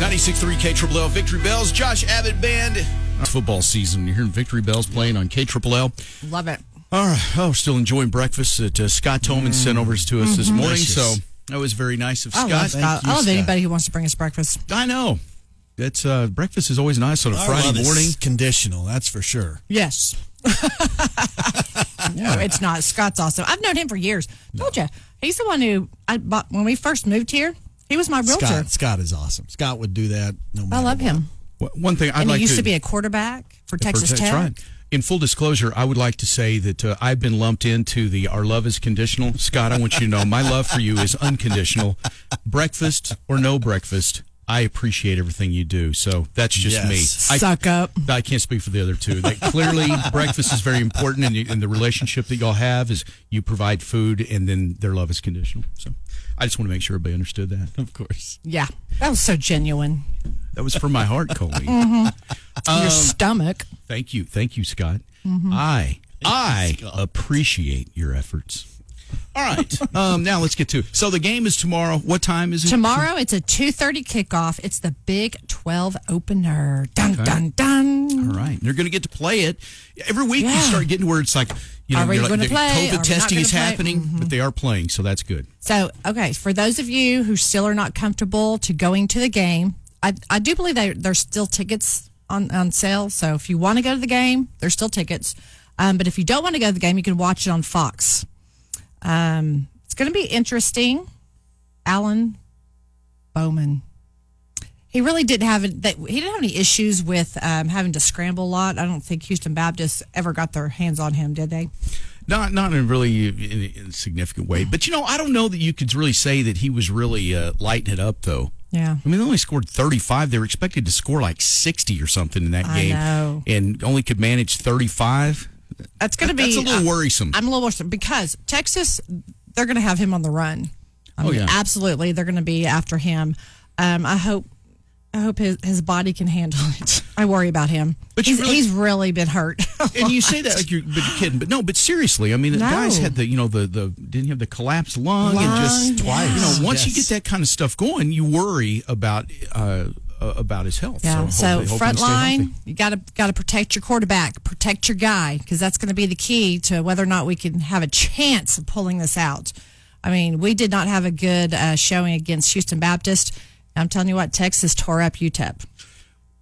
96.3 K Triple L Victory Bells. Josh Abbott Band. It's football season. You're hearing Victory Bells playing on K Triple L. Love it. All right. Oh, still enjoying breakfast that uh, Scott Tolman sent over to us this morning. So that was very nice of I Scott. love Scott. I love Scott. anybody who wants to bring us breakfast. I know. That's uh, breakfast is always nice on a Our love Friday is morning. conditional, that's for sure. Yes. no, it's not. Scott's awesome. I've known him for years. Told you, he's the one who I bought when we first moved here. He was my realtor. Scott, Scott is awesome. Scott would do that. No I matter love what. him. W- One thing I'd and like he used to, to be a quarterback for Texas That's Tech. right. In full disclosure, I would like to say that uh, I've been lumped into the "our love is conditional." Scott, I want you to know my love for you is unconditional. breakfast or no breakfast, I appreciate everything you do. So that's just Yes. me. I, Suck up. I can't speak for the other two. They, clearly, breakfast is very important, and, you- and the relationship that y'all have is you provide food, and then their love is conditional. So I just want to make sure everybody understood that. Of course, Yeah, that was so genuine. that was from my heart, Coley. Your stomach. Thank you, thank you, Scott. Mm-hmm. I I appreciate your efforts. All right, um, now let's get to. It. So the game is tomorrow. What time is it? Tomorrow it's a two thirty kickoff. It's the Big Twelve opener. Dun dun dun. All right, they're going to get to play it every week. You Yeah. start getting to where it's like you know, Are we you're like, gonna the play? Are we COVID not testing gonna is play? Mm-hmm. happening, but they are playing, so that's good. So, okay, for those of you who still are not comfortable to going to the game, I, I do believe there there's still tickets on, on sale. So if you want to go to the game, there's still tickets. Um, but if you don't want to go to the game, you can watch it on Fox. Um, it's going to be interesting. Alan Bowman. He really didn't have it. That, he didn't have any issues with um, having to scramble a lot. I don't think Houston Baptist ever got their hands on him, did they? Not not in really in, in a significant way, but you know, I don't know that you could really say that he was really uh, lighting it up though. Yeah. I mean, they only scored 35. They were expected to score like 60 or something in that I game, know. and only could manage 35. That's going to be That's a little uh, worrisome. I'm a little worried because Texas, they're going to have him on the run. Oh, I mean, yeah. absolutely, they're going to be after him. Um, I hope, I hope his, his body can handle it. I worry about him. But you he's, really- he's really been hurt. and you say that like you're, but you're kidding, but no, but seriously, I mean, the No. guys had the you know the the didn't have the collapsed lung, Lung, and just Twice. You know, once you Yes. get that kind of stuff going, you worry about uh, uh about his health. yeah. So, hopefully- hopefully front he'll stay line, healthy. you got to got to protect your quarterback, protect your guy, because that's going to be the key to whether or not we can have a chance of pulling this out. I mean, we did not have a good uh, showing against Houston Baptist. I'm telling you what, Texas tore up UTEP.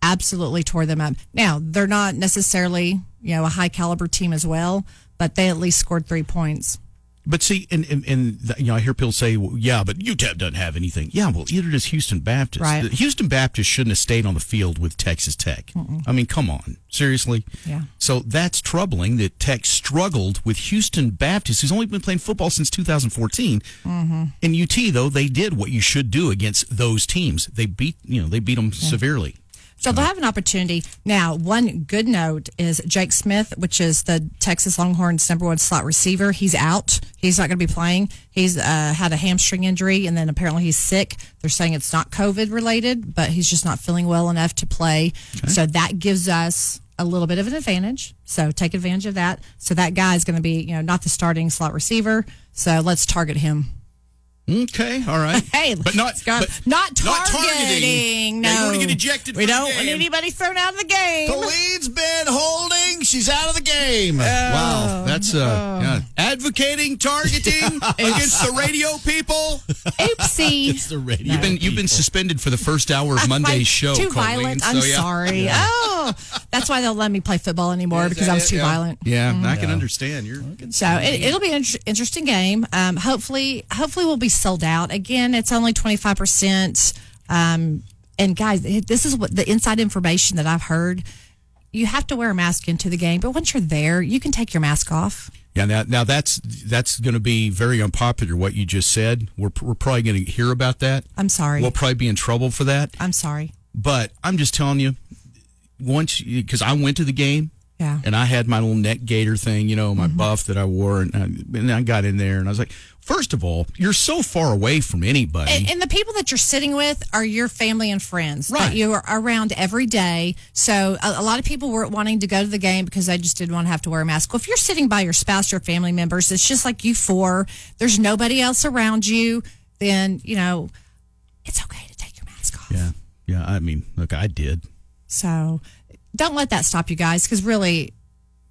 absolutely tore them up. Now they're not necessarily you know a high caliber team as well, but they at least scored three points. But see, and and, and the, you know, I hear people say, well, "Yeah, but UTEP doesn't have anything." Yeah, well, either does Houston Baptist. Right. The- Houston Baptist shouldn't have stayed on the field with Texas Tech. I mean, come on, seriously. Yeah. So that's troubling that Tech struggled with Houston Baptist, who's only been playing football since 2014. Mm-hmm. And UT though they did what you should do against those teams. They beat you know they beat them severely. So they'll have an opportunity. Now, one good note is Jake Smith, which is the Texas Longhorns number one slot receiver. He's out. He's not going to be playing. He's uh, had a hamstring injury, and then apparently he's sick. They're saying it's not COVID related, but he's just not feeling well enough to play. So that gives us a little bit of an advantage. So take advantage of that. So that guy is going to be, you know, not the starting slot receiver. So let's target him. Okay, all right. Hey, but not it's gone- but not not targeting. targeting. No, Yeah, you wanna get ejected We from the don't want game. anybody thrown out of the game. The lead's been holding. She's out of the game. Oh, Wow, that's uh, yeah. advocating targeting against the radio people. Oopsie. It's the radio. You've been you've been suspended for the first hour of Monday's Like, show. Too Colleen, violent. so, I'm yeah. sorry. Oh, that's why they'll let me play football anymore because I was too violent. Mm-hmm. Yeah, I can understand. You're So it, it'll be an inter- interesting game. Um, hopefully, hopefully we'll be sold out. Again, it's only twenty five percent. Um, and guys, it- this is what the inside information that I've heard. You have to wear a mask into the game, but once you're there, you can take your mask off. Yeah, now, now that's that's going to be very unpopular. What you just said, we're we're probably going to hear about that. I'm sorry. We'll probably be in trouble for that. I'm sorry. But I'm just telling you, once because I went to the game, Yeah. and I had my little neck gator thing, you know, my buff that I wore, and I, and I got in there, and I was like, first of all, you're so far away from anybody. And, and the people that you're sitting with are your family and friends Right. that you are around every day. So a, a lot of people weren't wanting to go to the game because they just didn't want to have to wear a mask. Well, if you're sitting by your spouse or family members, it's just like you four. There's nobody else around you. Then you know it's okay to take your mask off. yeah, yeah. I mean, look, I did. So don't let that stop you guys because really,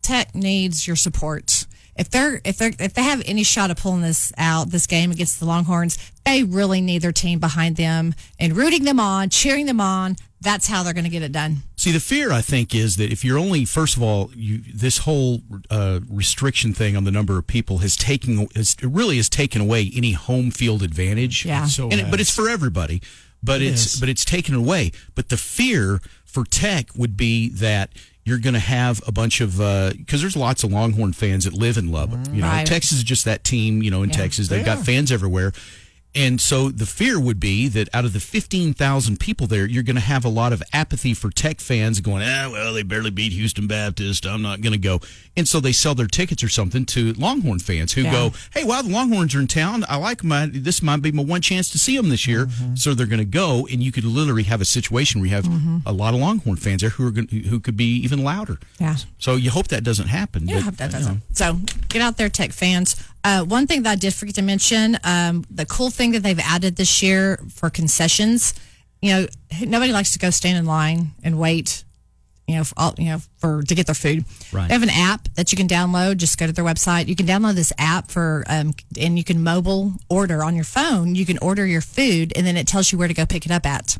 Tech needs your support. If they're if they if they have any shot of pulling this out, this game against the Longhorns, they really need their team behind them and rooting them on, cheering them on. That's how they're going to get it done. See, the fear I think is that if you're only, first of all, you, this whole uh, restriction thing on the number of people has taken, is, it really has taken away any home field advantage. Yeah. It so And it- but has. it's for everybody. But it's is. but it's taken away. But the fear for Tech would be that you're going to have a bunch of because there's lots of Longhorn fans that live in Lubbock. You know, Right. Texas is just that team. You know, in Texas they've got fans everywhere. And so the fear would be that out of the 15,000 people there, you're going to have a lot of apathy for Tech fans going, ah, well, they barely beat Houston Baptist. I'm not going to go. And so they sell their tickets or something to Longhorn fans who go, hey, wow, the Longhorns are in town. I like my, this might be my one chance to see them this year. Mm-hmm. So they're going to go. And you could literally have a situation where you have Mm-hmm. a lot of Longhorn fans there who are going who could be even louder. Yeah. So you hope that doesn't happen. Yeah, but, I hope that you know. doesn't. So get out there, tech fans. Uh, one thing that I did forget to mention um, the cool thing that they've added this year for concessions. You know, nobody likes to go stand in line and wait. You know, for all, you know, for to get their food. Right. They have an app that you can download. Just go to their website. You can download this app for, um, and you can mobile order on your phone. You can order your food, and then it tells you where to go pick it up at.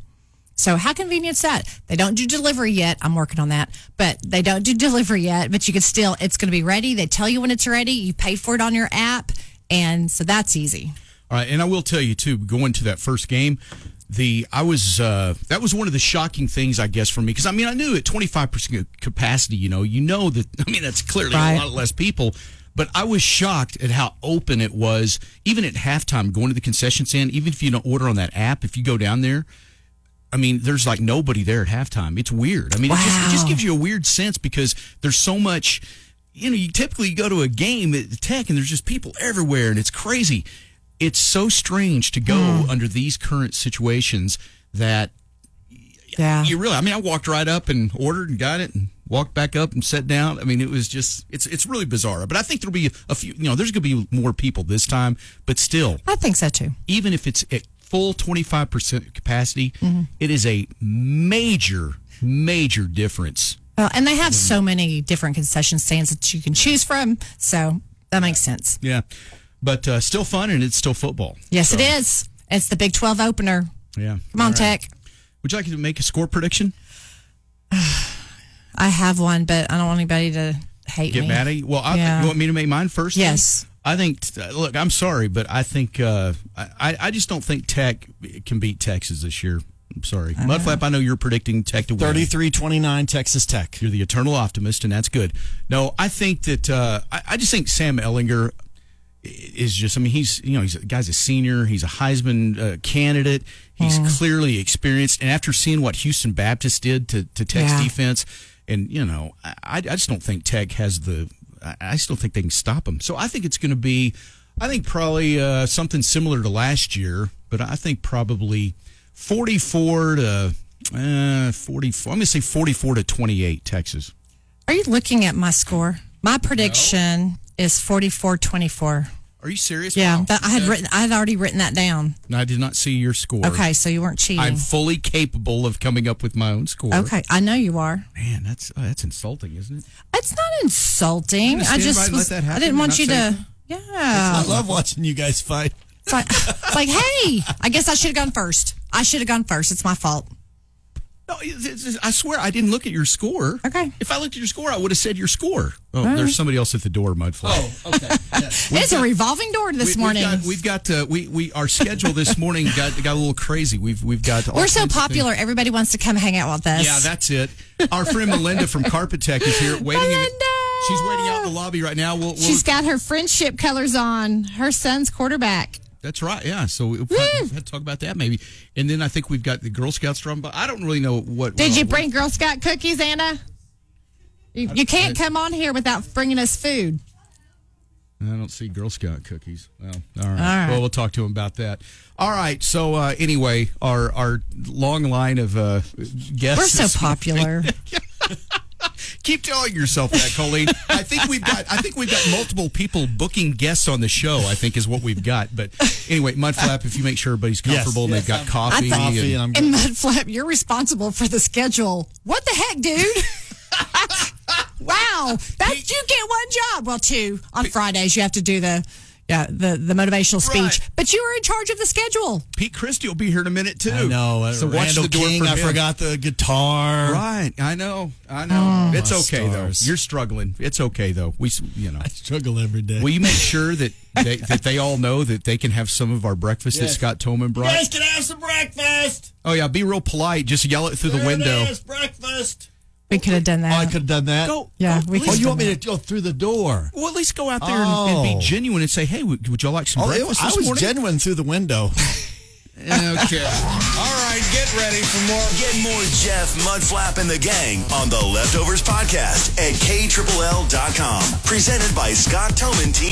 So how convenient is that? They don't do delivery yet. I'm working on that, but they don't do delivery yet. But you can still, it's going to be ready. They tell you when it's ready. You pay for it on your app, and so that's easy. All right, and I will tell you too. Going to that first game, the I was uh, that was one of the shocking things I guess for me because I mean I knew at twenty five percent capacity, you know, you know that I mean that's clearly Right. a lot less people, but I was shocked at how open it was. Even at halftime, going to the concession stand, even if you don't order on that app, if you go down there. I mean, there's like nobody there at halftime. It's weird. I mean, it, just, it just Wow. gives you a weird sense because there's so much. You know, you typically go to a game at Tech and there's just people everywhere, and it's crazy. It's so strange to go under these current situations that Yeah. you really. I mean, I walked right up and ordered and got it, and walked back up and sat down. I mean, it was just it's it's really bizarre. But I think there'll be a few. You know, there's going to be more people this time, but still, I think so too. even if it's at full 25% capacity, Mm-hmm. it is a major, major difference. Well, and they have so many different concession stands that you can choose from. So that makes sense. Yeah. But uh, still fun and it's still football. Yes, it is. It's the Big 12 opener. Yeah. Come on, Tech. Would you like to make a score prediction? I have one, but I don't want anybody to hate Get me. mad at you? Well, I, Yeah. you want me to make mine first? then? Yes. I think, uh, look, I'm sorry, but I think, uh, I, I- I just don't think Tech can beat Texas this year. I'm sorry. Mudflap, I know you're predicting Tech to win. 33 29 Texas Tech. You're the eternal optimist, and that's good. No, I think that uh, I, I just think Sam Ellinger is just. I mean, he's you know he's the guy's a senior. He's a Heisman uh, candidate. He's clearly experienced, and after seeing what Houston Baptist did to to Tech's Yeah. defense, and you know, I, I just don't think Tech has the. I, I still think they can stop him. So I think it's going to be. I think probably uh, something similar to last year, but I think probably forty-four to. Uh, 44. I'm going to say 44 to 28, Texas. Are you looking at my score? My prediction is 44 24. Are you serious? Yeah, Wow. that, I had written. I had already written that down. No, I did not see your score. Okay, so you weren't cheating. I'm fully capable of coming up with my own score. okay, I know you are. Man, that's uh, that's insulting, isn't it? It's not insulting. I understand why just you was, let that happen. I didn't You're want not you safe. to. Yeah, I love watching you guys fight. it's like, it's like, hey, I guess I should have gone first. I should have gone first. It's my fault. No, it- it- it- I swear I didn't look at your score. Okay. If I looked at your score, I would have said your score. Oh, there's somebody else at the door, Mudfly. okay. it's a revolving door this morning. We've got, we've got uh, we we our schedule this morning got got a little crazy. We've we've got all We're so kinds of things. popular. Everybody wants to come hang out with us. Yeah, that's it. Our friend Melinda from Carpet Tech is here waiting. In, Melinda! She's waiting out in the lobby right now. We'll, we'll, She's got her friendship colors on. Her son's quarterback. that's right. Yeah. So we'll probably have to talk about that maybe. And then I think we've got the Girl Scouts drum. But I don't really know what. Did Oh, what- you what- bring Girl Scout cookies, Anna? You, you can't come on here without bringing us food. I don't see Girl Scout cookies. Well, all right. right. Well, we'll talk to him about that. All right. So uh, anyway, our our long line of uh, guests. We're so this popular. Keep telling yourself that, Colleen. I think we've got I think we've got multiple people booking guests on the show. I think is what we've got. But anyway, Mudflap, if you make sure everybody's Yes, comfortable and yes, they've got I'm- coffee, Coffee and and, and I'm Mudflap, you're responsible for the schedule. What the heck, dude? wow, that you get one job. Well, two on Fridays. You have to do the yeah the the motivational speech, Right. but you are in charge of the schedule. Pete Christie will be here in a minute too. I know. uh, So watch Randall the door King, for I him. forgot the guitar. Right. I know. I know. it's My okay stars. though. You're struggling. It's okay though. We s- you know. I struggle every day. Will you make sure that they, that they all know that they can have some of our breakfast that Yes. Scott Tolman You brought? guys can have some breakfast. Oh yeah, be real polite. Just yell it through the There it window. is, breakfast. We could have done Oh, I that. could have done that. Go- Yeah, go- we Oh, could. you want me to go through the door? Well, at least go out there and, and Oh. be genuine and say, "Hey, would, would y'all like some Oh, it breakfast was, I this was morning?" genuine through the window. okay. All right, get ready for more. Get more Jeff Mudflap and the gang on the Leftovers podcast at KLLL.com. Presented by Scott Toman Team.